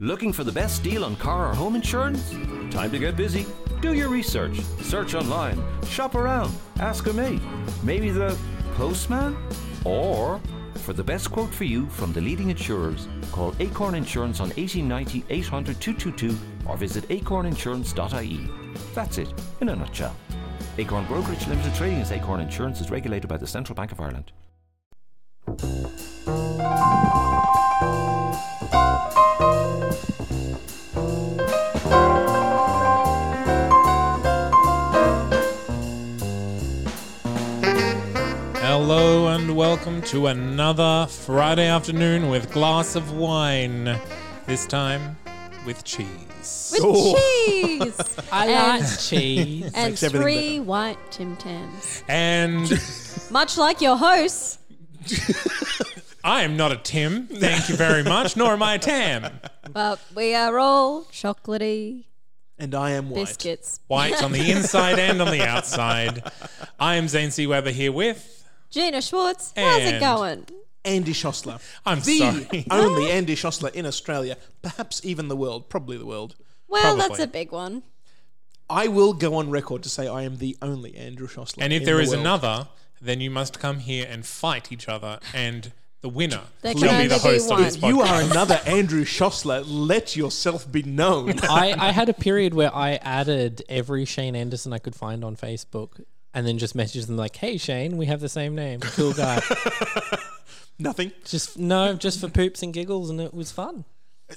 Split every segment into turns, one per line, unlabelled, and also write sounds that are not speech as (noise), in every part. Looking for the best deal on car or home insurance? Time to get busy. Do your research. Search online. Shop around. Ask a mate. Maybe the postman? Or for the best quote for you from the leading insurers, call Acorn Insurance on 1890 800 222 or visit acorninsurance.ie. E. That's it, in a nutshell. Acorn Brokerage Limited trading as Acorn Insurance is regulated by the Central Bank of Ireland.
Hello and welcome to another Friday afternoon with glass of wine. This time with cheese.
with cheese
I
And-
like cheese.
and
Makes everything
three white Tim Tams.
And
Much like your hosts,
I am not a Tim, thank you very much, nor am I a Tam.
but we are all chocolatey
And I am white.
biscuits.
White on the inside and on the outside. I am Zane C. Weber here with.
Gina Schwartz, how's it
And-
going?
Andy Schossler.
I'm
the
sorry.
only Andy Schossler in Australia, perhaps even the world, probably the world.
Well,
Probably.
that's a big one.
I will go on record to say I am the only Andrew Schossler.
And if
in
there
the
is
world.
another, then you must come here and fight each other, and the winner
There can
shall be the
only be
host of
one.
this podcast.
you are another Andrew Schossler. Let yourself be
(laughs)
known.
I, I had a period where I added every Shane Anderson I could find on Facebook and then just messaged them like, hey, Shane, we have the same name. Cool guy.
Nothing.
just No, just for poops and giggles. And it was fun.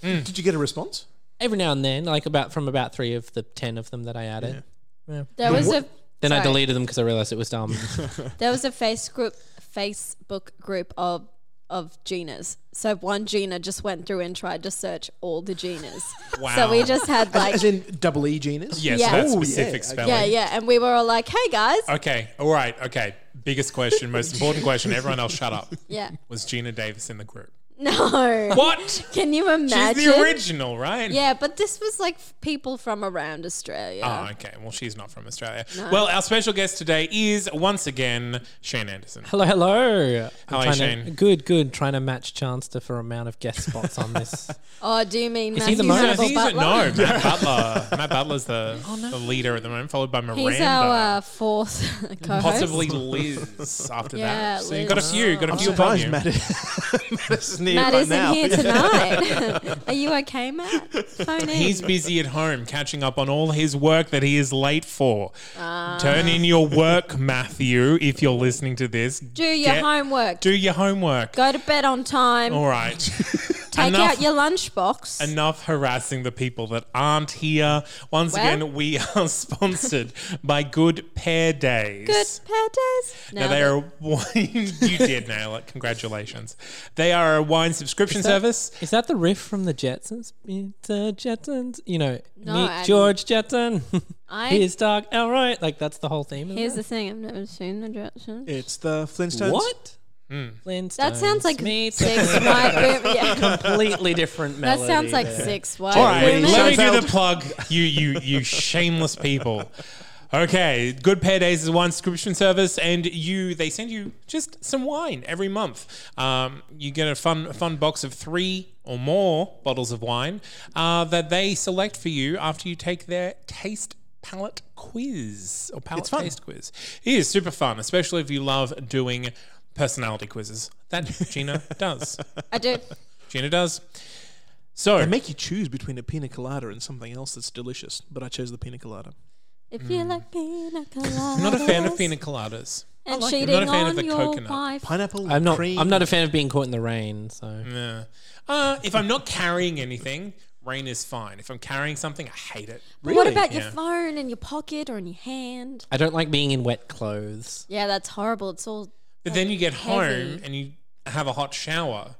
Did you get a response?
Every now and then, like about from about three of the 10 of them that I added.
There was a
Then I
sorry.
deleted them because I realized it was dumb. (laughs)
There was a face group, Facebook group of of Ginas. So one Gina just went through and tried to search all the Ginas. So
Wow.
we just had like
As in double E genus?
Yes,
Yeah.
that Uh,
Oh, yeah,
specific
okay.
spelling.
yeah, yeah, and we were all like, "Hey guys,
Okay. All right. Okay. Biggest question, most important question. Everyone else, shut up.
yeah,
Was Gina Davis in the group?
no."
What?
Can you imagine?
She's the original, right?
Yeah, but this was like f- people from around Australia.
Oh, okay. Well, she's not from Australia. Well, our special guest today is once again Shane Anderson.
hello, hello.
How are you,
I'm trying to-
Shane?
Good, good. Trying to match Chanster for amount of guest spots on
(laughs)
this.
Oh, do you mean
Is he the
Matthew
most-
No,
Matt
he's a,
Butler? Oh,
no, Matt Butler. Matt Butler's the, the leader at the moment, followed by Miranda.
(laughs) He's our uh, fourth (laughs) co-host.
Possibly Liz after
Yeah,
that. So you've got a
Liz.
few. Got a
I'm
few above
surprised
you.
(laughs) Matt, Matt isn't here
Matt
right
isn't
now.
(laughs)
here tonight. (laughs) Are you okay, Matt? Phone in.
He's busy at home catching up on all his work that he is late for. Turn in your work, Matthew, if you're listening to this.
do your
Get-
homework.
Do your homework.
Go to bed on time.
All right.
(laughs) Take
enough,
out your lunchbox.
enough harassing the people that aren't here. Once
Well-
again, we are (laughs) sponsored by Good Pair Days.
Good pair days.
Now they are a wine. (laughs) you did nail it. Congratulations. They are a wine subscription service.
Is that the riff from the Jetsons? Meet the Jetsons. You know,
No,
meet
I-
George Jetson. (laughs)
I-
His dog Elroy. Like that's the whole theme. Of
Here's
that.
the thing. I've never seen the direction.
(laughs) It's the Flintstones.
what?
Hmm.
Flintstones
That sounds like
meet the-
six white women. Yeah.
(laughs)
(laughs)
completely
(laughs)
different
That
melody.
sounds like
there.
six white
All right,
women.
let me do
Seinfeld.
the plug. You, you, you shameless people. Okay, Good Pair Days is one subscription service, and you they send you just some wine every month. Um, you get a fun a fun box of three or more bottles of wine uh, that they select for you after you take their taste palate quiz or palate
fun.
taste quiz. It is super fun, especially if you love doing personality quizzes. That
(laughs)
Gina does.
I do.
Gina does. So
They make you choose between a pina colada and something else that's delicious, but I chose the pina colada.
If you like pina coladas.
I'm Hmm. not a fan of pina coladas.
And
like it. I'm
cheating
not a fan
on
of the
your
coconut.
wife.
Pineapple.
I'm not.
Cream.
I'm not a fan of being caught in the rain. So
Yeah. Uh, if I'm not carrying anything, rain is fine. If I'm carrying something, I hate it.
But What about your
Yeah.
phone in your pocket or in your hand?
I don't like being in wet clothes.
Yeah, that's horrible. It's all.
But then you get
Heavy.
home and you have a hot shower,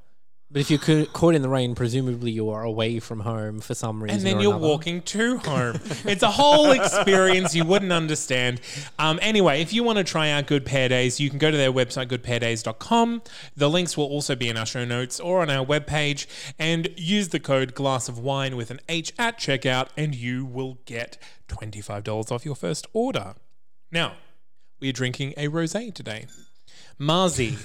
But if you're ca- caught in the rain, presumably you are away from home for some reason.
and then
or
you're
another.
walking to home. it's a whole experience you wouldn't understand. Um, anyway, if you want to try out Good Pair Days, you can go to their website, goodpairdays.com. The links will also be in our show notes or on our webpage. And use the code glass of wine with an H at checkout, and you will get $25 off your first order. Now, we're drinking
(laughs)
a rosé today. Marzi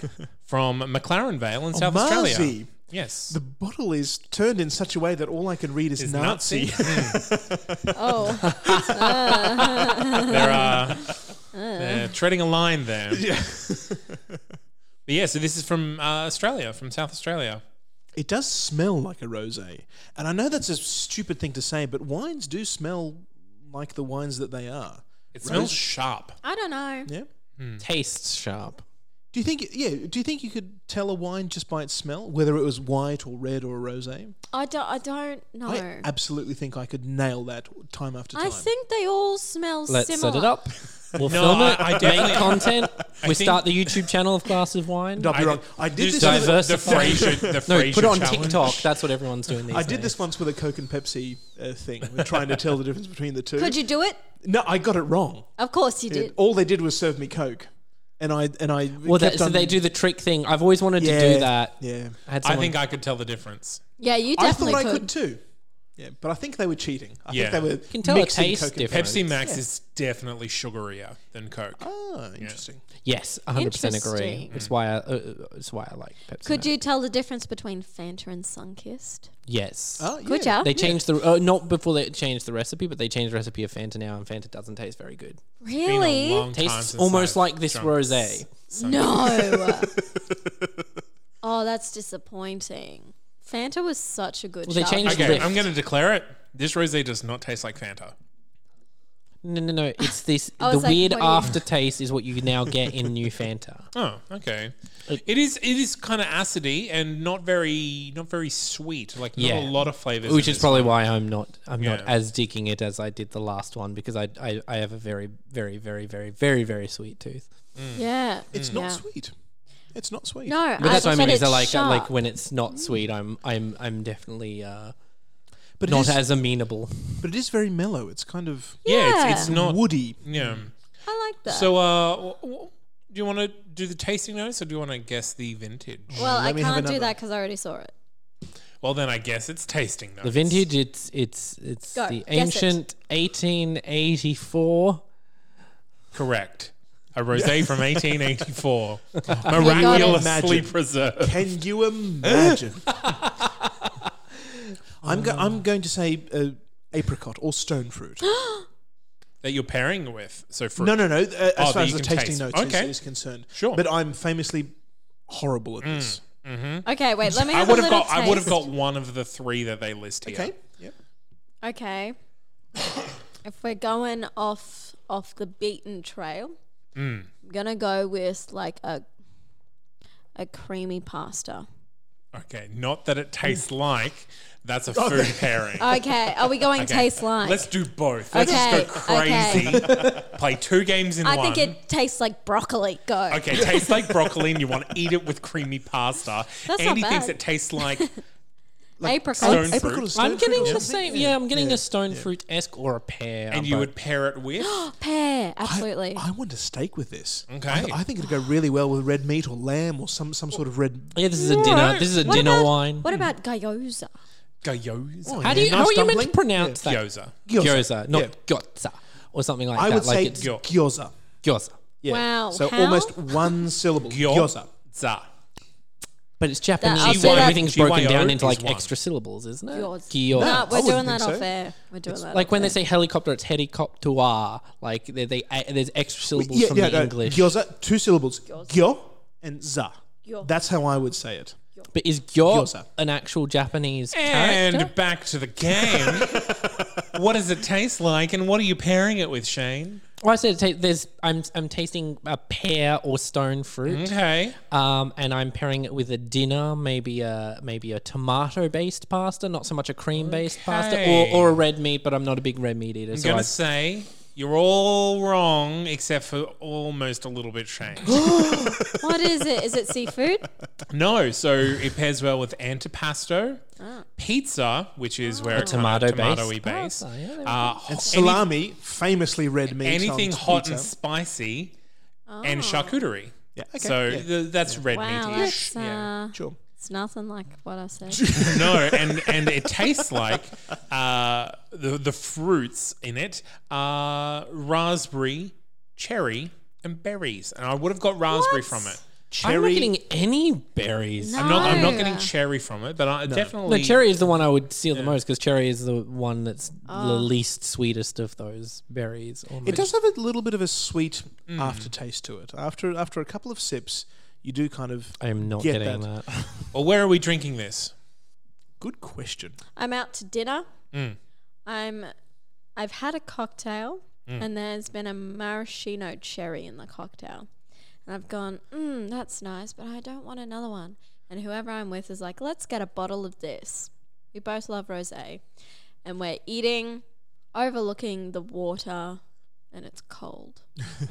from McLaren Vale in South Australia.
Oh, Marzi.
Yes.
The bottle is turned in such a way that all I can read is,
Is
Nazi.
(laughs) Oh,
(laughs)
they're, uh, they're treading a line there. Yeah. but yeah, so this is from uh, Australia, from South Australia.
It does smell like a rosé, and I know that's a stupid thing to say, but wines do smell like the wines that they are.
It smells sharp.
I don't know.
Yeah.
Tastes sharp.
Do you think? Yeah. Do you think you could tell a wine just by its smell, whether it was white or red or rosé?
I don't. I don't know.
I
I,
absolutely think I could nail that time after time.
think they all smell
Let's
similar.
set it up. We'll
No,
film
I-
it.
I
make
definitely-
content.
I
We
think-
start the YouTube channel of glasses of wine.
Don't be
I-
wrong. I did
Just
this. with-
diverse-
The Fraser, the
no,
Fraser
put it on
challenge.
TikTok. That's what everyone's doing these
I did
days.
this once with a Coke and Pepsi uh,
(laughs)
thing. We're trying to tell the difference between the two.
Could you do it?
No, I got it wrong.
Of course you did.
All they did was serve me Coke, and I and I.
Well,
kept
that, so
on-
they do the trick thing. I've always wanted
Yeah,
to do that.
Yeah,
I, had
I
someone,
think I could tell the difference.
Yeah, you
I thought
definitely
I
could.
could too. Yeah, but I think they were cheating. I
Yeah.
think they were
can tell it
mixing
tastes
Coke and
different.
Pepsi Max is definitely sugarier than Coke.
Oh,
Ah, interesting.
yes, 100 percent agree.
Interesting.
It's why I, uh, uh, it's why I like Pepsi.
Could
Max.
you tell the difference between Fanta and Sunkist?
Yes.
Ah, yeah.
Could ya?
They changed the uh, not before they changed the recipe, but they changed the recipe of Fanta now, and Fanta doesn't taste very good.
Been a
really?
long time
Tastes
since
almost
I've
like this
drunk
rosé.
No. (laughs) oh, that's disappointing. Fanta was such a good.
Well, they
shout.
changed-
Okay,
Lift.
I'm going to declare it. This rosé does not taste like Fanta.
No, no, no. It's this
(laughs) I
the
was like,
weird
what do you-
aftertaste is what you now get in new Fanta.
Oh, okay. It is. It is kind of acidy and not very, not very sweet. Like not
Yeah.
a lot of flavors.
which
in
is
this
probably why I'm not I'm not
Yeah.
as digging it as I did the last one because I I, I have a very very very very very very sweet tooth.
Yeah,
It's not
yeah.
sweet. It's not sweet.
No,
But that's
I
what I mean.
said
Is I
it's
like I like
sharp.
when it's not sweet, I'm I'm I'm definitely uh,
but it
not
is,
as amenable.
But it is very mellow. It's kind of
Yeah, It's, it's
Yeah.
not.
woody.
Yeah.
I like that.
So, uh, w- w- do you want to do the tasting notes, or do you want to guess the vintage?
well, I
Let me have
can't do
another.
that because I already saw it.
Well, then I guess it's tasting notes.
The vintage, it's it's it's
Go,
the
guess it.
ancient 1884.
Correct.
(laughs)
A rosé from 1884,
got it.
miraculously
Imagine.
preserved.
Can you imagine?
(laughs)
I'm go-
Ah.
I'm going to say uh, apricot or
(gasps)
stone fruit.
that you're pairing with. So fruit.
No, no, no. Uh,
Oh,
as
that
far as
you
the
can
tasting
taste.
notes is-
Okay.
is, concerned,
Sure. Mm.
But I'm famously horrible at this.
Okay, wait. Let me.
I
Have
would
a
have
little
got. I would have
taste.
got one of the three that they list here.
Okay. Yep.
Okay. (coughs) if we're going off off the beaten trail,
Mm.
I'm gonna go with like a a creamy pasta.
Okay. Not that it
(laughs)
tastes like. That's a food pairing.
Okay, are we
(laughs)
going taste like?
Let's do both. Let's
Okay,
just go crazy. (laughs) Play two games in
I
one.
think it tastes like broccoli. Go.
Okay, tastes like broccoli, and you want to eat it with creamy pasta.
That's not
Andy thinks
bad.
it tastes
(laughs)
like
Apricot.
stone
Apricot
fruit.
or stone
I'm
fruit
getting
or
the
something?
same. Yeah, I'm getting a stone fruit esque or a pear. um,
and you
but
would pair it
(gasps)
with.
Pear.
I-
Absolutely.
I, want a steak with this.
Okay.
I, th- I think it'd go really well with red meat or lamb or some, some sort of red.
yeah, this is a dinner. This is a
what
dinner
about,
wine.
What about gyoza?
Gyoza.
Oh,
How do
yeah,
you how
nice
are you meant to
dumpling.
pronounce that?
Gyoza.
gyoza, not
Yeah.
gyoza, or something like
I
that.
would
like
say
it's
gyo-
gyoza.
gyoza,
Yeah.
Wow,
So
how?
almost one syllable. Gyoza.
Gyoza.
but it's
I'll
Japanese.
say that-
everything's broken
GYO
down into
is
like
one.
extra syllables, isn't it?
Gyoza.
Gyoza.
Nah,
I
we're doing
wouldn't
that
think
off
so.
air. We're doing that.
Like
off
when they
air.
say helicopter, it's helicopter. Like they, they uh, there's extra syllables from the
no,
English.
Gyoza, two syllables. Gyo and za.
Gyo.
That's how I would say it.
But is gyo
Gyoza.
an actual Japanese
And
character?
back to the game. what does it taste like, and what are you pairing it with, Shane?
Well, I said ta- there's. I'm I'm tasting a pear or stone fruit,
Okay.
um, and I'm pairing it with a dinner, maybe a maybe a tomato based pasta, not so much a cream based pasta, or,
Okay.
or a red meat. But I'm not a big red meat eater,
I'm
so
gonna
I
say you're all wrong except for almost a little bit Shane.
what is it? Is it seafood?
(laughs)
no, so it pairs well with antipasto,
Ah.
pizza, which is where it's tomato
Ah. tomato-based
tomatoey base,
pasta, yeah, there we
uh,
And
any-
salami, famously red meat. on
anything hot
pizza. Ah.
and spicy, and charcuterie.
Yeah, okay,
So
yeah.
th- that's red
Wow,
meat ish.
that's, uh,
Sure.
it's nothing like what I
(laughs)
said.
uh,
no, and and it tastes like uh, the the fruits in it are raspberry, cherry, and berries. And I would have got raspberry
What?
from it.
I'm not
cherry.
getting any berries.
No.
I'm not. I'm
Ah.
not getting cherry from it, but I
No,
definitely
cherry is the one I would seal the most because cherry is the one that's the least sweetest of those berries.
It
almost.
does have a little bit of a sweet aftertaste to it. After after a couple of sips, you do kind of.
I am not
Get
getting that.
Well, where are we drinking this?
Good question.
I'm out to dinner. I'm I've had a cocktail and there's been a maraschino cherry in the cocktail. And I've gone, mm, that's nice, but I don't want another one. And whoever I'm with is like, let's get a bottle of this. We both love rosé. And we're eating, overlooking the water, and it's cold.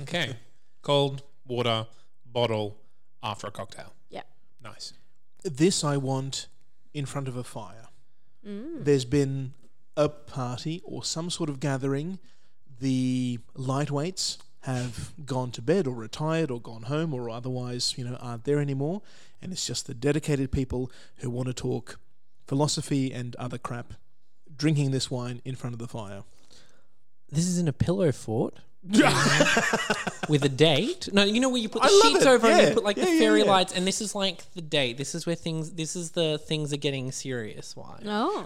Okay, cold water bottle after a cocktail.
Yeah.
Nice.
This I want in front of a fire.
Mm.
There's been a party or some sort of gathering. The lightweights have gone to bed or retired or gone home or otherwise, you know, aren't there anymore. And it's just the dedicated people who want to talk philosophy and other crap drinking this wine in front of the fire.
This is in a pillow fort. (laughs) with a date? No, you know where you put the
I love
sheets
it.
over and
Yeah.
you put like
Yeah,
the
yeah,
fairy
yeah.
lights, and this is like the date. This is where things. This is the things are getting serious. Why?
Oh.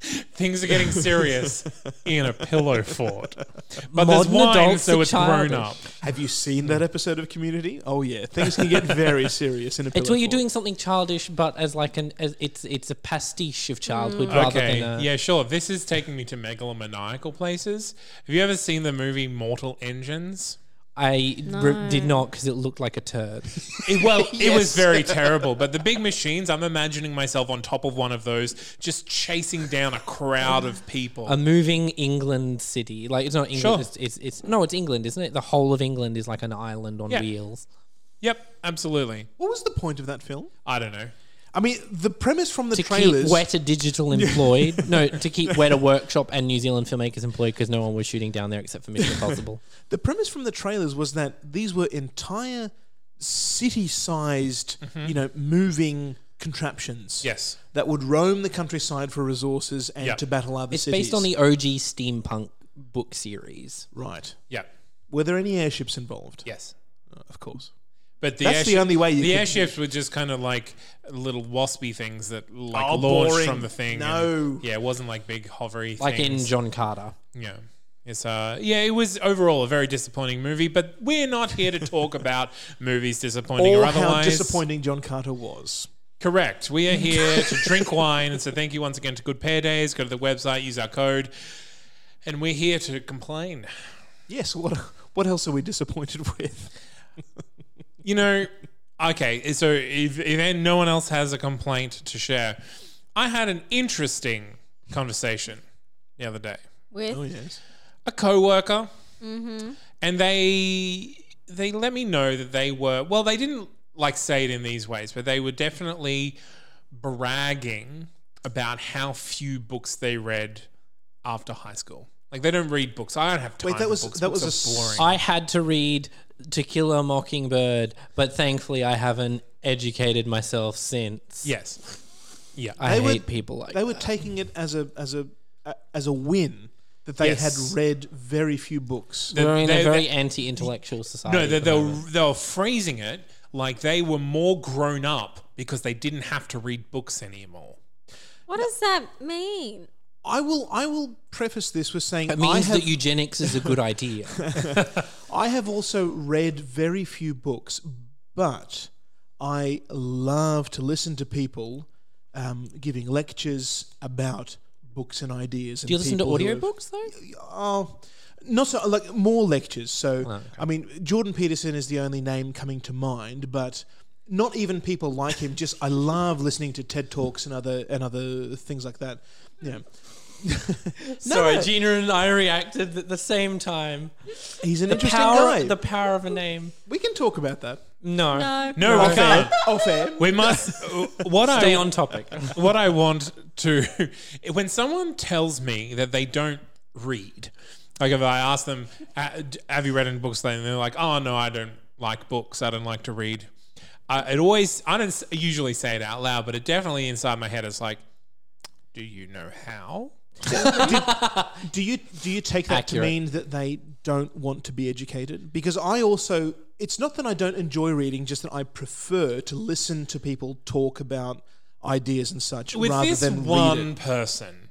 Things are getting serious (laughs) in a pillow fort, but
Modern
there's wine,
adults
so
are
it's grown
childish.
up.
Have you seen that episode of Community? Oh yeah, things can get
(laughs)
very serious in a.
It's
pillow
when you're
fort.
doing something childish, but as like an as it's it's a pastiche of
Mm.
childhood rather
Okay,
than uh, a,
yeah, sure. This is taking me to megalomaniacal places. Have you ever seen the movie Mortal Engines?
I re- did not because it looked like a turd.
It-
(laughs)
well, it was very terrible. But the big machines, I'm imagining myself on top of one of those, just chasing down a crowd of people.
a moving England city, like it's not
Sure.
England. It's, it's it's no, it's England, isn't it? The whole of England is like an island on
Yeah.
wheels.
yep, absolutely.
What was the point of that film?
I don't know.
I mean, the premise from the
to
trailers.
keep Weta Digital employed. no, to keep Weta Workshop and New Zealand filmmakers employed because no one was shooting down there except for Mission Impossible.
The premise from the trailers was that these were entire city-sized, you know, moving contraptions.
Mm-hmm. Yes.
That would roam the countryside for resources and
Yeah.
to battle other
It's
cities.
based on the OG steampunk book series.
right.
Yep.
Were there any airships involved?
Yes.
Uh, of course.
But the
That's the only way you
the
could-
airships were just kind of like little waspy things that like
Oh,
launched
boring.
from the thing.
No.
and- yeah, it wasn't like big hovery.
Like in
things.
John Carter.
Yeah. It's, uh, yeah, it was overall a very disappointing movie, but we're not here to
(laughs)
talk about movies disappointing or
Or how
otherwise.
disappointing John Carter was.
Correct. We are
(laughs)
here to drink wine. And so thank you once again to Good Pair Days. Go to the website, use our code. And we're here to complain.
Yes. What? What else are we disappointed (laughs) with?
You know, okay, so if, if no one else has a complaint to share, I had an interesting conversation the other day.
With
Oh,
yes.
a coworker, and they they let me know that they were well. They didn't like say it in these ways, but they were definitely bragging about how few books they read after high school. Like they don't read books. I don't have time.
Wait, that
for
was-
books.
that
Books
was
are
a
boring.
I had to read To Kill a Mockingbird, but thankfully I haven't educated myself since.
yes, yeah.
I
They were-
hate people like
They
that.
were taking it as a as a as a win that they
Yes.
had read very few books.
The-
We're in
they-
a very
they-
anti-intellectual society.
no, they,
at the
they were
moment.
they were phrasing it like they were more grown up because they didn't have to read books anymore.
what does that mean?
I will I will preface this with saying
It
I
means
have,
that eugenics is a good idea.
I have also read very few books, but I love to listen to people um, giving lectures about books and ideas.
Do you listen to audiobooks though?
Oh, not so like more lectures. So
Oh,
I mean, Jordan Peterson is the only name coming to mind, but not even people like him. Just I love listening to TED talks and other and other things like that. You know,
Sorry, Gina and I reacted at the same time.
he's an
The
interesting
power,
guy.
the power of a name.
we can talk about that.
No,
No.
No, we can't.
Off air.
We must.
(laughs)
what
stay
I
on topic. (laughs)
what I want to (laughs) when someone tells me that they don't read, like if I ask them, "Uh, d- "Have you read any books?" lately?" and they're like, "Oh no, I don't like books. I don't like to read." I it always I don't s- usually say it out loud, but it definitely inside my head is like, "Do you know how?"
Do you do you take that
Accurate.
to mean that they don't want to be educated? Because I also it's not that I don't enjoy reading, just that I prefer to listen to people talk about ideas and such
With
rather
this
than
one
read it.
person,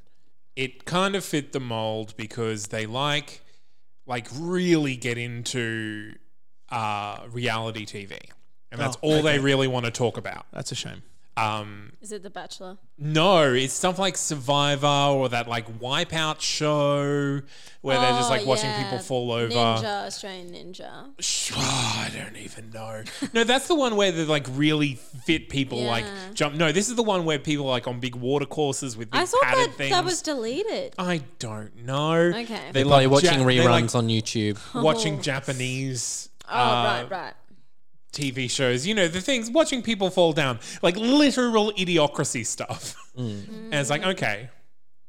it kind of fit the mold because they like, like, really get into uh, reality TV, and that's
Oh,
all they really want to talk about.
That's a shame.
Um,
Is it The Bachelor?
no, it's stuff like Survivor or that like Wipeout show where they're just
Oh,
like watching
yeah.
people fall over.
Ninja, Australian Ninja.
Sh- (sighs) oh, I don't even know. No, that's the one where the like really fit people like
Yeah.
jump. No, this is the one where people are, like on big water courses with big
I saw
padded
that
things.
that was deleted.
I don't know.
Okay.
They're probably
like
watching
Ja- they like
reruns on YouTube.
watching Japanese
Oh,
uh,
right, right.
TV shows. You know the things watching people fall down, like literal idiocracy stuff. (laughs)
Mm.
And it's like okay,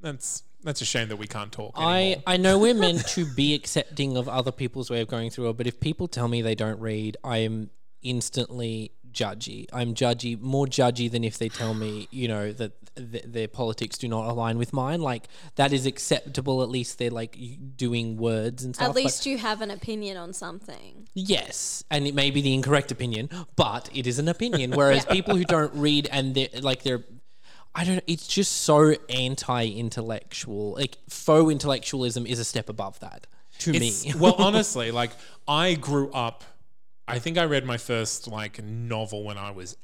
that's that's a shame that we can't talk. anymore.
I, I know we're meant to be accepting of other people's way of going through it, but if people tell me they don't read, I am instantly judgy. I'm judgy, more judgy than if they tell me, you know, that th- their politics do not align with mine. Like, that is acceptable. At least they're like y- doing words and stuff.
At least you have an opinion on something.
But yes. And it may be the incorrect opinion, but it is an
(laughs)
opinion. Whereas people who don't read and they're like, they're. I don't know. It's just so anti-intellectual. Like faux intellectualism is a step above that to
It's-
me.
well, honestly, like I grew up. I think I read my first like novel when I was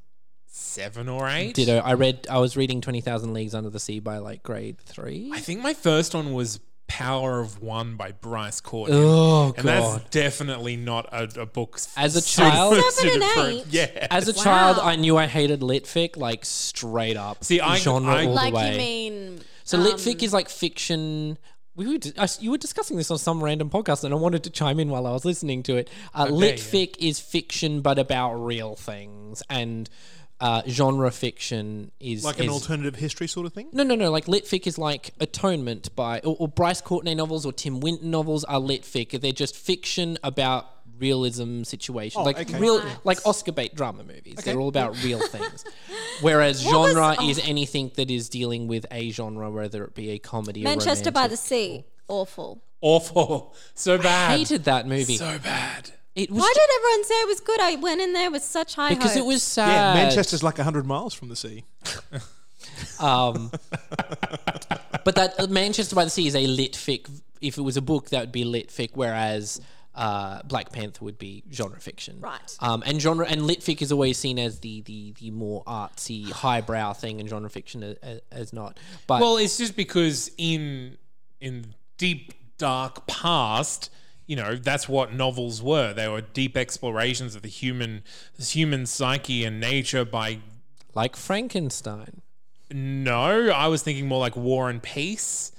seven or eight.
(laughs) Ditto. I read. I was reading Twenty Thousand Leagues Under the Sea by like grade three.
I think my first one was Power of One by Bryce Corden.
Oh,
and that's definitely not a, a book. s-
As a
suited-
child-
Seven and
suited for-
eight?
yeah.
As a
Wow.
child, I knew I hated litfic like straight up.
See, I-
genre
I-
all
All
Like
the way.
you mean
so litfic is like fiction. We were, di- I s- you were discussing this on some random podcast, and I wanted to chime in while I was listening to it. Uh, litfic is fiction, but about real things, and uh, genre fiction is
Like an
is-
alternative history sort of thing?
No, no, no. Like litfic is like Atonement by or, or Bryce Courtney novels or Tim Winton novels are litfic. They're just fiction about realism situations, like
Oh, okay.
real, like Oscar bait drama movies. They're all about real things. (laughs) Whereas
was-
genre is anything that is dealing with a genre, whether it be a comedy.
Manchester
or
by the
romantic.
Sea. Awful.
Awful. So bad.
Hated that movie.
So bad.
it was
Why did everyone say it was good? I went in there with such high
because it
hopes.
was
Yeah,
sad.
Manchester's like 100 miles from the sea.
Um, but that uh, Manchester by the Sea is a lit fic. If it was a book, that would be lit fic, whereas uh, Black Panther would be genre fiction.
Right.
Um, and genre and lit fic is always seen as the the, the more artsy, highbrow thing, and genre fiction as, as not. But
Well, it's just because in in deep dark past, you know, that's what novels were. They were deep explorations of the human human psyche and nature by
like Frankenstein,
no, I was thinking more like War and Peace.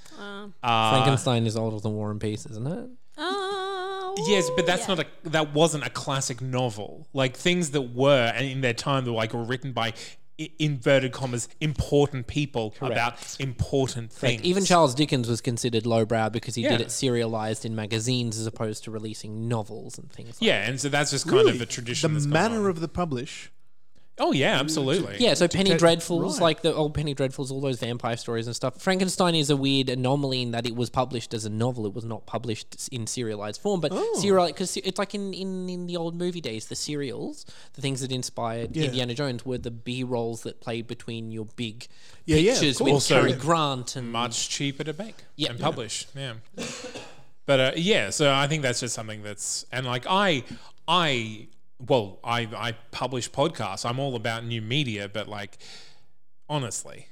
Frankenstein is older than War and Peace, isn't it?
Oh,
Yes, but that's not a that wasn't a classic novel. Like things that were and in their time that like were written by i- inverted commas important people about important things.
Even Charles Dickens was considered lowbrow because he did
Yeah.
it serialized in magazines as opposed to releasing novels and things. like
yeah, and so that's just kind of a tradition.
The
that's gone
manner
on.
of the publish.
oh yeah, absolutely.
Yeah, so Penny
take-
Dreadfuls,
right.
like the old Penny Dreadfuls, all those vampire stories and stuff. Frankenstein is a weird anomaly in that it was published as a novel. It was not published s- in serialized form, but
Oh.
serial because it's like in, in in the old movie days, the serials, the things that inspired
Yeah.
Indiana Jones were the B rolls that played between your big
Yeah, yeah, of
pictures
course.
with
Also-
Cary Grant and
much cheaper to make
Yeah.
and publish. Yeah. But uh, yeah, so I think that's just something that's and like I I well, I I publish podcasts. I'm all about new media, but like honestly,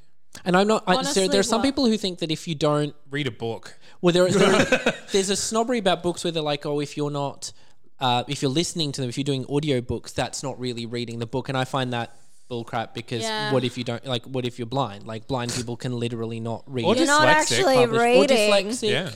and I'm not. I, so
Honestly,
there are some
what-
people who think that if you don't
read a book.
Well, there, there there's a snobbery about books where they're like, oh, if you're not, uh, if you're listening to them, if you're doing audiobooks, that's not really reading the book. And I find that bullcrap because
Yeah.
what if you don't, like, what if you're blind? Like, blind people can literally not read.
Or
and
You're not
Dyslexic,
actually
publish- or
reading.
dyslexic.
Yeah.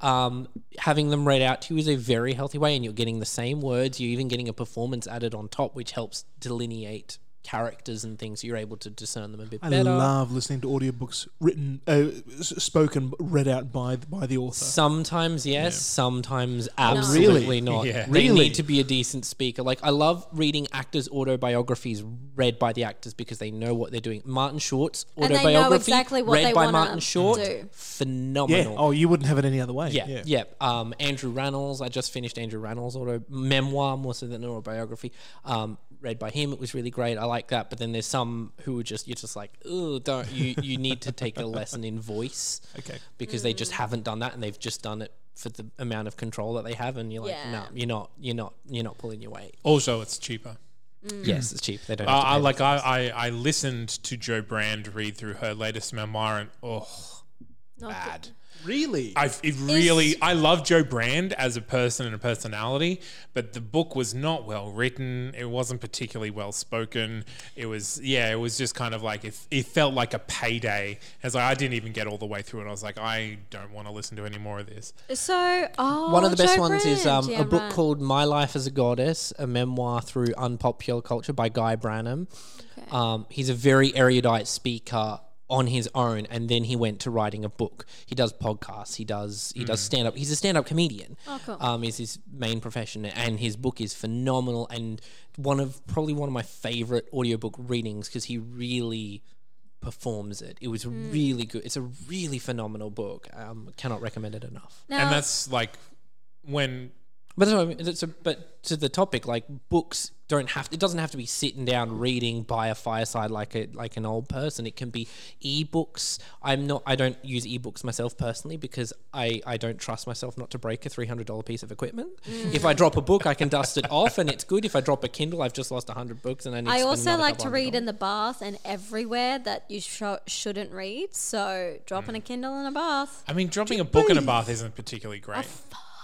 Um, having them read out to you is a very healthy way, and you're getting the same words. You're even getting a performance added on top, which helps delineate characters and things, you're able to discern them a bit
I
better.
love listening to audiobooks written, uh, s- spoken, read out by th- by the author.
Sometimes yes, sometimes
really?
absolutely not.
Yeah.
They
Really?
need to be a decent speaker. Like I love reading actors' autobiographies read by the actors because they know what they're doing. Martin Short's
And they know
autobiography
exactly what
read
they
by
wanna
Martin Short,
do.
yeah.
phenomenal.
Oh, you wouldn't have it any other way.
Yeah, yeah. Um, Andrew Rannells. I just finished Andrew Rannells' auto memoir, more so than autobiography. Um, read by him, it was really great. I like that. But then there's some who are just you're just like, oh, don't you? You need to take a lesson in voice,
Okay.
because they just haven't done that, and they've just done it for the amount of control that they have, and you're like,
Yeah.
no, you're not, you're not, you're not pulling your weight.
Also, it's cheaper.
Yes, it's cheap. They don't.
I,
have to
I
pay
like I, I I listened to Joe Brand read through her latest memoir and oh
Not
bad.
Really?
I it really I love Joe Brand as a person and a personality, but the book was not well written. It wasn't particularly well spoken. It was yeah, it was just kind of like it, it felt like a payday. As like, I didn't even get all the way through it. I was like, I don't want to listen to any more of this.
good. So, oh,
One of the best
Joe
ones is
Brand.
um,
Yeah,
a book
right.
called My Life as a Goddess, a memoir through unpopular culture by Guy Branham. Um, he's a very erudite speaker on his own, and then he went to writing a book. He does podcasts, he does he does stand up. He's a stand up comedian.
Oh, cool.
Um, is his main profession, and his book is phenomenal and one of probably one of my favorite audiobook readings because he really performs it. It was
Mm.
really good. It's a really phenomenal book. Um, cannot recommend it enough.
Now,
And that's like when
But that's what I mean. It's a, but to the topic, like books don't have. It doesn't have to be sitting down reading by a fireside like a like an old person. It can be ebooks. I'm not. I don't use ebooks myself personally because I I don't trust myself not to break a three hundred dollar piece of equipment. If I drop a book, I can dust it off and it's good. If I drop a Kindle, I've just lost hundred books and I need.
I
to
also like to read in the bath and everywhere that you sh- shouldn't read. So, dropping a Kindle in a bath.
I mean dropping a book in a bath isn't particularly great.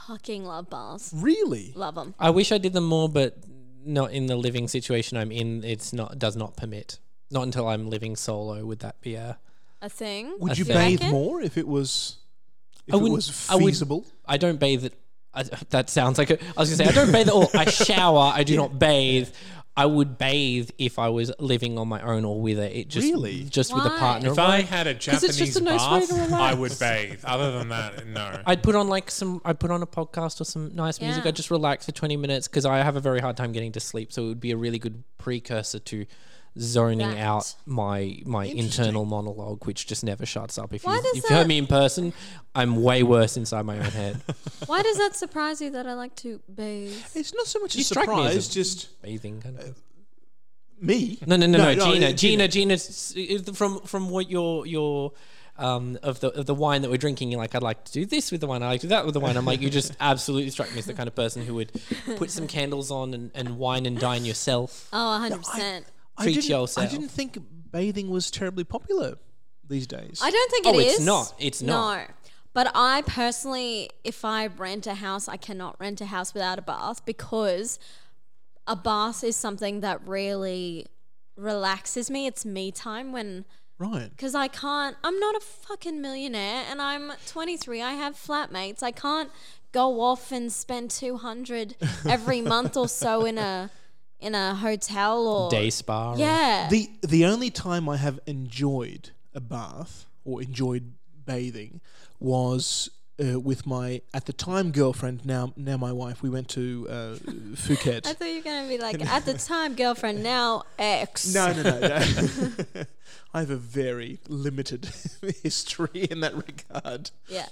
Fucking love baths.
really?
Love them.
I wish I did them more, but not in the living situation I'm in. It's not does not permit. Not until I'm living solo would that be a.
A thing.
Would you
think-
bathe
Reckon?
more if it was if
I
it
wouldn't-
was
I wouldn't-
feasible?
I don't bathe at. I, that sounds like a, I was gonna say I don't bathe at all. I shower. I do not bathe. I would bathe if I was living on my own or with it. It just
Really?
just with a
Why?
partner.
If I had a
it's
Japanese
just a nice way
bath,
to
I
relax.
would bathe. Other than that,
(laughs)
no.
I'd put on like some. I'd put on a podcast or some nice music.
Yeah.
I'd just relax for twenty minutes because I have a very hard time getting to sleep. So it would be a really good precursor to zoning
That.
out my my internal monologue, which just never shuts up. If
Why
you
does
if you heard
that-
me in person, I'm way worse inside my
(laughs)
own head.
Why does that surprise you that I like to bathe?
It's not so much a
You strike me
surprise,
as a-
just
Bathing kind of.
me.
No, no, no, no, Gina,
uh,
Gina, Gina, s- is- From from what your your um of the of the wine that we're drinking, you're like, I'd like to do this with the wine. I like to do that with the wine. I'm like, you just
(laughs)
absolutely struck me as the kind of person who would put some candles on and, and wine and dine yourself.
Oh, 100%.
I
treat
didn't, I
yourself.
didn't think bathing was terribly popular these days.
I don't think it
Oh,
is.
it's not. It's not.
No. But I personally, if I rent a house, I cannot rent a house without a bath because a bath is something that really relaxes me. It's me time when.
right.
Because I can't, I'm not a fucking millionaire and I'm 23. I have flatmates. I can't go off and spend
(laughs)
200 every month or so in a in a hotel or
Day spa. or-
Oh, Yeah.
The the only time I have enjoyed a bath or enjoyed bathing was uh, with my at the time girlfriend now now my wife. We went to uh,
(laughs)
Phuket.
I thought you were going to be like, at the time, girlfriend, now ex.
(laughs) No, no, no. no. (laughs) I have a very limited (laughs) history in that regard.
Yeah.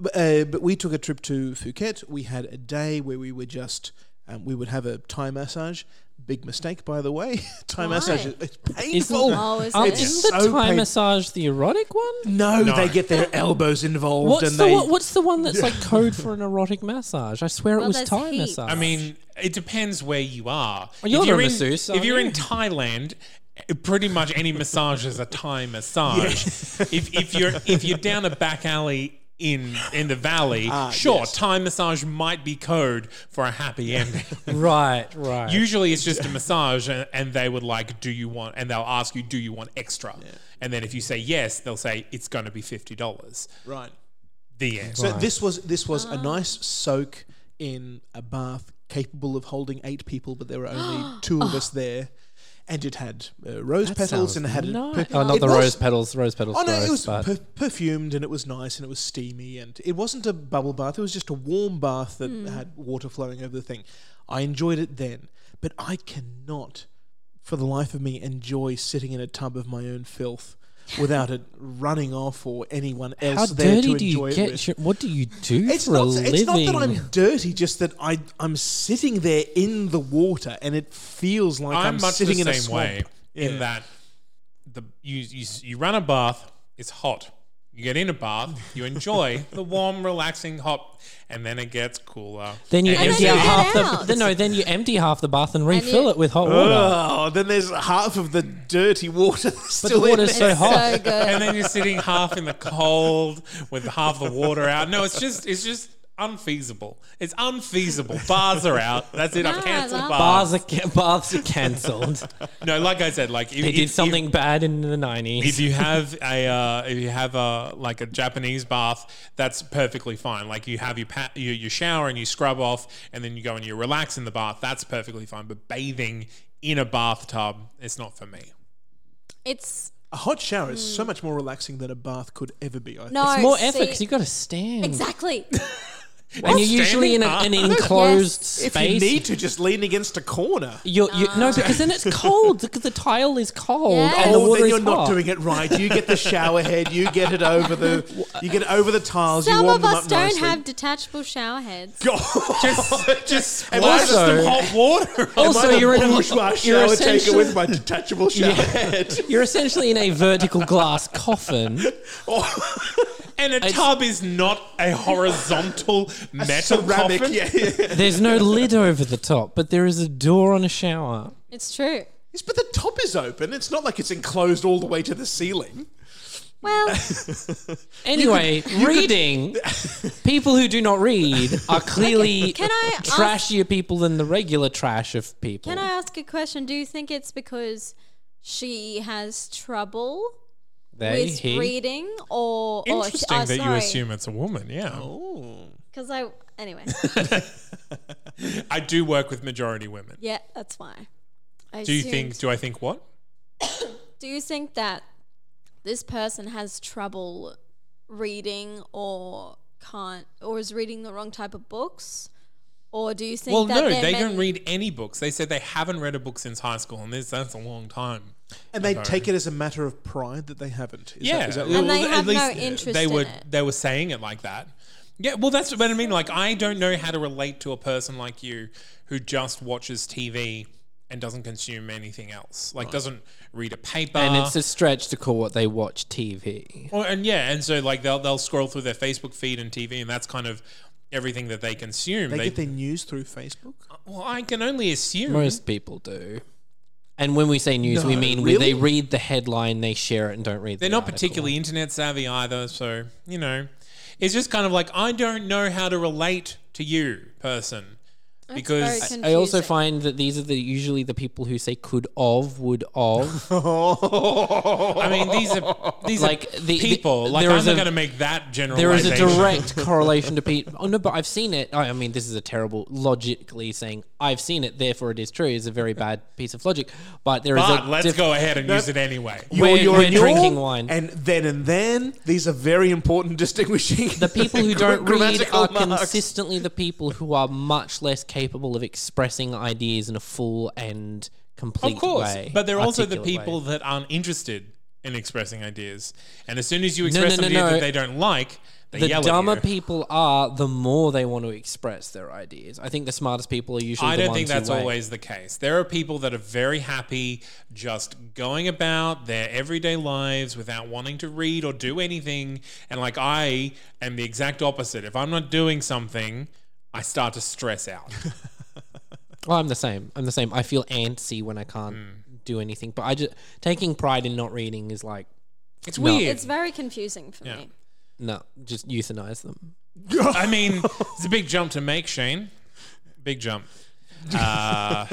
But, uh, but we took a trip to Phuket. We had a day where we were just, um, we would have a Thai massage. Big mistake, by the way. (laughs) Thai
Why?
massage is it's
Isn't,
painful.
Oh, is
um,
it?
isn't
It's
the
so
Thai
pain-
massage the erotic one?
no,
No.
they get their elbows involved
What's
and
the
they.
what, what's the one
(laughs)
that's like code for an erotic massage? I swear it
Well,
was
there's
Thai
heaps.
massage.
I mean, it depends where you are.
Well, you're
if you're
the
in,
masseuse,
if
aren't
you're
you? (laughs)
in Thailand, eh, pretty much any massage is a Thai massage. if, if you're if you're down a back alley in in the valley,
Ah,
sure, Thai massage might be code for a happy ending.
right, (laughs) right.
Usually, it's just a massage, and, and they would like, "Do you want?" And they'll ask you, "Do you want extra?" And then if you say yes, they'll say it's going to be fifty dollars.
Right.
The end.
So this was this was a nice soak in a bath capable of holding eight people, but there were only two of us there. and it had uh, rose
That
petals
sounds
and it had
nice.
a per-
oh, not
it
the
was-
rose petals. Rose petals.
Oh no,
gross,
it was
but
per- perfumed and it was nice and it was steamy and it wasn't a bubble bath. It was just a warm bath that had water flowing over the thing. I enjoyed it then, but I cannot, for the life of me, enjoy sitting in a tub of my own filth without it running off or anyone else
how
there
dirty
to
do
enjoy
you
it
get?
with.
your- what do you do
It's
for a
not,
living?
it's not that I'm dirty, just that I I'm sitting there in the water and it feels like I'm,
I'm much
sitting
the
in a
same
swamp.
way in
Yeah.
that the you, you you run a bath, it's hot. You get in a bath, you
(laughs)
enjoy the warm, relaxing hot, and then it gets cooler.
Then you
And
then
empty
you
out
get
half
out.
the then, no. Then you empty half the bath and refill
you-
it with hot water.
Oh, then there's half of the dirty water (laughs) that's
But
still
the water's
in there. (laughs)
so hot.
So
(laughs)
good.
and then you're sitting half in the cold with half the water out. No, it's just it's just unfeasible. It's unfeasible. Bars are out. That's it.
No, I
I've cancelled
love
bars.
Bars are ca- baths are cancelled.
(laughs)
No, like I said, like if,
they
if-
did
if-
something bad in the
if
nineties.
you have a uh, if you have a like a Japanese bath, that's perfectly fine. Like you have your pa- your, your shower and you scrub off, and then you go and you relax in the bath. That's perfectly fine. But bathing in a bathtub, it's not for me.
It's
A hot shower is so much more relaxing than a bath could ever be. I think.
no
It's more effort
see-
because you've got to
(laughs)
stand.
Exactly.
And you're
Standing
usually in a,
up.
an enclosed
If
space.
you need to, Ah. just lean against a corner.
You're, you no, because then it's cold. Because the tile is cold
Yeah.
and the
Oh,
water
then
is
you're not
hot.
doing it right. You
(laughs)
get the shower head. You get it over the. You get it over the tiles. you
Some
warm
of
them
us
up
don't
nicely.
have detachable shower
(laughs)
heads.
(laughs)
Just just
And
splash
also-
some hot water.
Also, you're in
bourgeois
you're
shower taker
essentially-
with my detachable shower head.
(laughs) You're essentially in a vertical glass coffin.
And a tub is not a horizontal metal
Ceramic,
coffin. (laughs)
yeah, yeah.
There's no lid over the top, but there is a door on a shower.
It's true.
Yes, but the top is open. It's not like it's enclosed all the way to the ceiling. (laughs)
Well,
Anyway, reading. people who do not read are clearly
Can I ask-
trashier people than the regular trash of people.
can I ask a question? Do you think it's because she has trouble
they,
with
he.
reading, or or
Interesting
oh,
that you
sorry.
assume it's a woman. Yeah,
Because I
(laughs)
anyway,
I do work with majority women.
yeah, that's why. I
Do you
assumed-
think? Do I think what?
Do you think that this person has trouble reading, or can't, or is reading the wrong type of books, or do you think?
Well,
that
no,
they're
they
meant-
don't read any books. They said they haven't read a book since high school, and this that's a long time.
And they
Okay.
take it as a matter of pride that they haven't. Is
yeah,
That, is that
And
right?
they
at
have no
least
interest
They
in
were
it.
they were saying it like that. Yeah, well, that's what I mean. Like, I don't know how to relate to a person like you who just watches TV and doesn't consume anything else. Like, doesn't read a paper.
And it's a stretch to call what they watch TV.
Well, and yeah, and so like they'll they'll scroll through their Facebook feed and TV, and that's kind of everything that they consume.
They
They-
get their news through Facebook.
well, I can only assume.
Most people do. And when we say news, we
No,
mean where
really?
they read the headline, they share it, and don't read.
They're
the
not
article.
particularly internet savvy either, so you know, it's just kind of like I don't know how to relate to you, person, because
very con-
I also
confusing.
find that these are the usually the people who say could of, would of.
I mean these
(laughs)
are these
Like,
are
the- the-
people. like
there
I'm
is
not
a-
going to make that
There is
generalization.
a
(laughs)
direct correlation to people. Oh no, but I've seen it. I I mean, this is a terrible logically saying I've seen it, therefore it is true is a very bad piece of logic. But there is
(laughs) But
a
let's
diff-
go ahead and use it anyway.
We're- we're
and you're,
drinking wine.
And then and then, these are very important (laughs) distinguishing.
(laughs) The people
(laughs)
who don't read
grammatical
are
marks.
consistently the people who are much less capable of expressing ideas in a full and complete
Of course,
way.
but they're also the
articulate way.
people that aren't interested in expressing ideas, and as soon as you
no,
express an
no,
idea
no.
that they don't like, they
the
yell
dumber
at you.
people are, the more they want to express their ideas. I think the smartest people are usually.
I
the
don't
ones
think
who
that's
wait.
always the case. There are people that are very happy just going about their everyday lives without wanting to read or do anything. And like I am the exact opposite. If I'm not doing something, I start to stress out.
Well, I'm the same. I'm the same. I feel antsy when I can't
Mm.
do anything. But I just taking pride in not reading is like
It's
No.
weird.
it's very confusing for me.
no, just euthanize them.
I mean, it's a big jump to make, Shane. Big jump. Uh,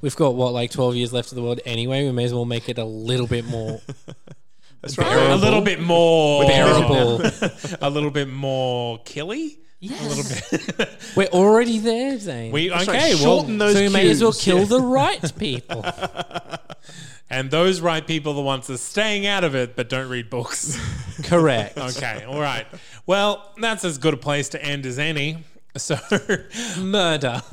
We've got what like 12 years left of the world anyway. We may as well make it a little bit
(laughs)
more
That's
a
right.
little bit more
bearable.
A little bit more killy.
(laughs) We're already there, Zane.
We
That's
okay?
right.
Well,
Shorten those
(laughs)
so we may as well
cues.
kill the right people.
And those right people are the ones that are staying out of it but don't read books. (laughs)
Correct.
okay, all right. Well, that's as good a place to end as any. So,
Murder.
(laughs)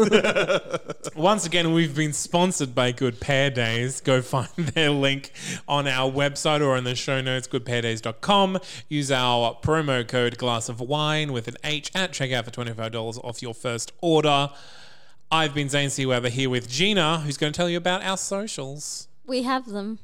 once again, we've been sponsored by Good Pair Days. Go find (laughs) their link on our website or in the show notes, goodpairdays.com. Use our promo code glass of wine with an H at checkout for $25 off your first order. I've been Zane Seaweather here with Gina, who's going to tell you about our socials.
We have them.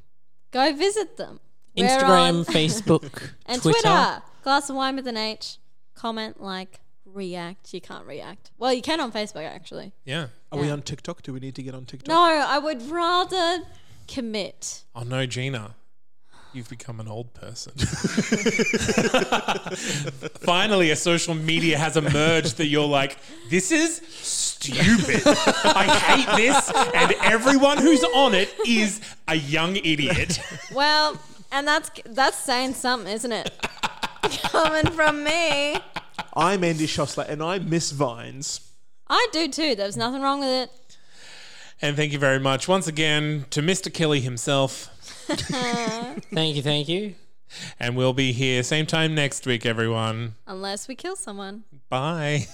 Go visit them. We're on-
Instagram, (laughs) Facebook,
and Twitter.
Twitter.
Glass of wine with an H. Comment, like, react. You can't react. Well, you can on Facebook, actually.
Yeah.
Are we on TikTok? Do we need to get on TikTok?
No, I would rather commit.
Oh no, Gina. You've become an old person. Finally, a social media has emerged that you're like, this is stupid. I hate this. And everyone who's on it is a young idiot.
Well, and that's that's saying something, isn't it? Coming from me.
I'm Andy Schossler and I miss Vines.
I do too. There's nothing wrong with it.
And thank you very much once again to Mr. Kelly himself.
Thank you, thank you.
And we'll be here same time next week, everyone.
Unless we kill someone.
Bye.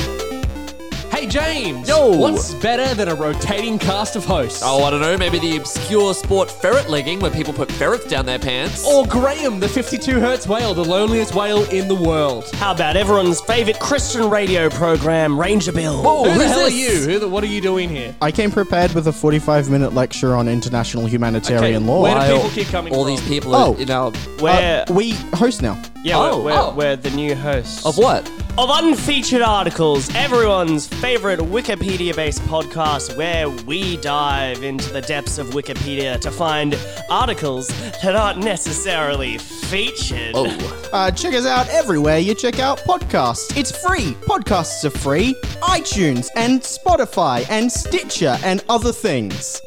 Hey James!
Yo!
What's better than a rotating cast of hosts?
Oh, I don't know. Maybe the obscure sport ferret legging, where people put ferrets down their pants.
Or Graham, the 52 hertz whale, the loneliest whale in the world.
How about everyone's favorite Christian radio program, Ranger Bill?
Who
who's
the hell
Oh, this?
are you? Who the, what are you doing here?
I came prepared with a 45 minute lecture on international humanitarian
Okay,
law.
where do
Uh,
people keep coming
all
from?
these people are,
Oh.
you know,
Where?
we host now.
yeah,
oh,
we're, we're,
oh.
we're the new hosts
of what?
Of unfeatured articles, everyone's favorite Wikipedia-based podcast, where we dive into the depths of Wikipedia to find articles that aren't necessarily featured.
Oh,
Uh, check us out everywhere you check out podcasts. It's free. Podcasts are free. iTunes and Spotify and Stitcher and other things.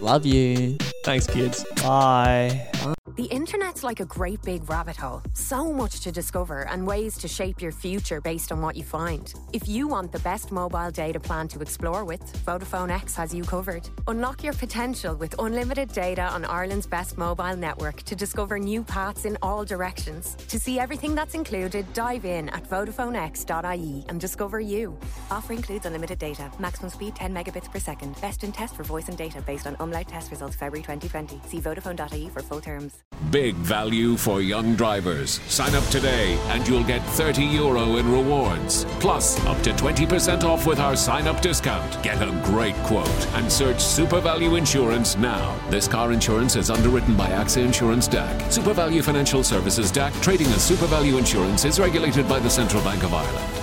love you.
Thanks, kids.
Bye.
The internet's like a great big rabbit hole. So much to discover and ways to shape your future based on what you find. If you want the best mobile data plan to explore with, Vodafone X has you covered. Unlock your potential with unlimited data on Ireland's best mobile network to discover new paths in all directions. To see everything that's included, dive in at VodafoneX.ie and discover you. Offer includes unlimited data. Maximum speed 10 megabits per second. Best in test for voice and data based on Umlaut test results February 2020. See Vodafone.ie E for full terms.
Big value for young drivers. Sign up today and you'll get 30 euro in rewards. Plus, up to 20% off with our sign up discount. Get a great quote and search Super Value Insurance now. This car insurance is underwritten by AXA Insurance DAC. Super Value Financial Services DAC trading as Super Value Insurance is regulated by the Central Bank of Ireland.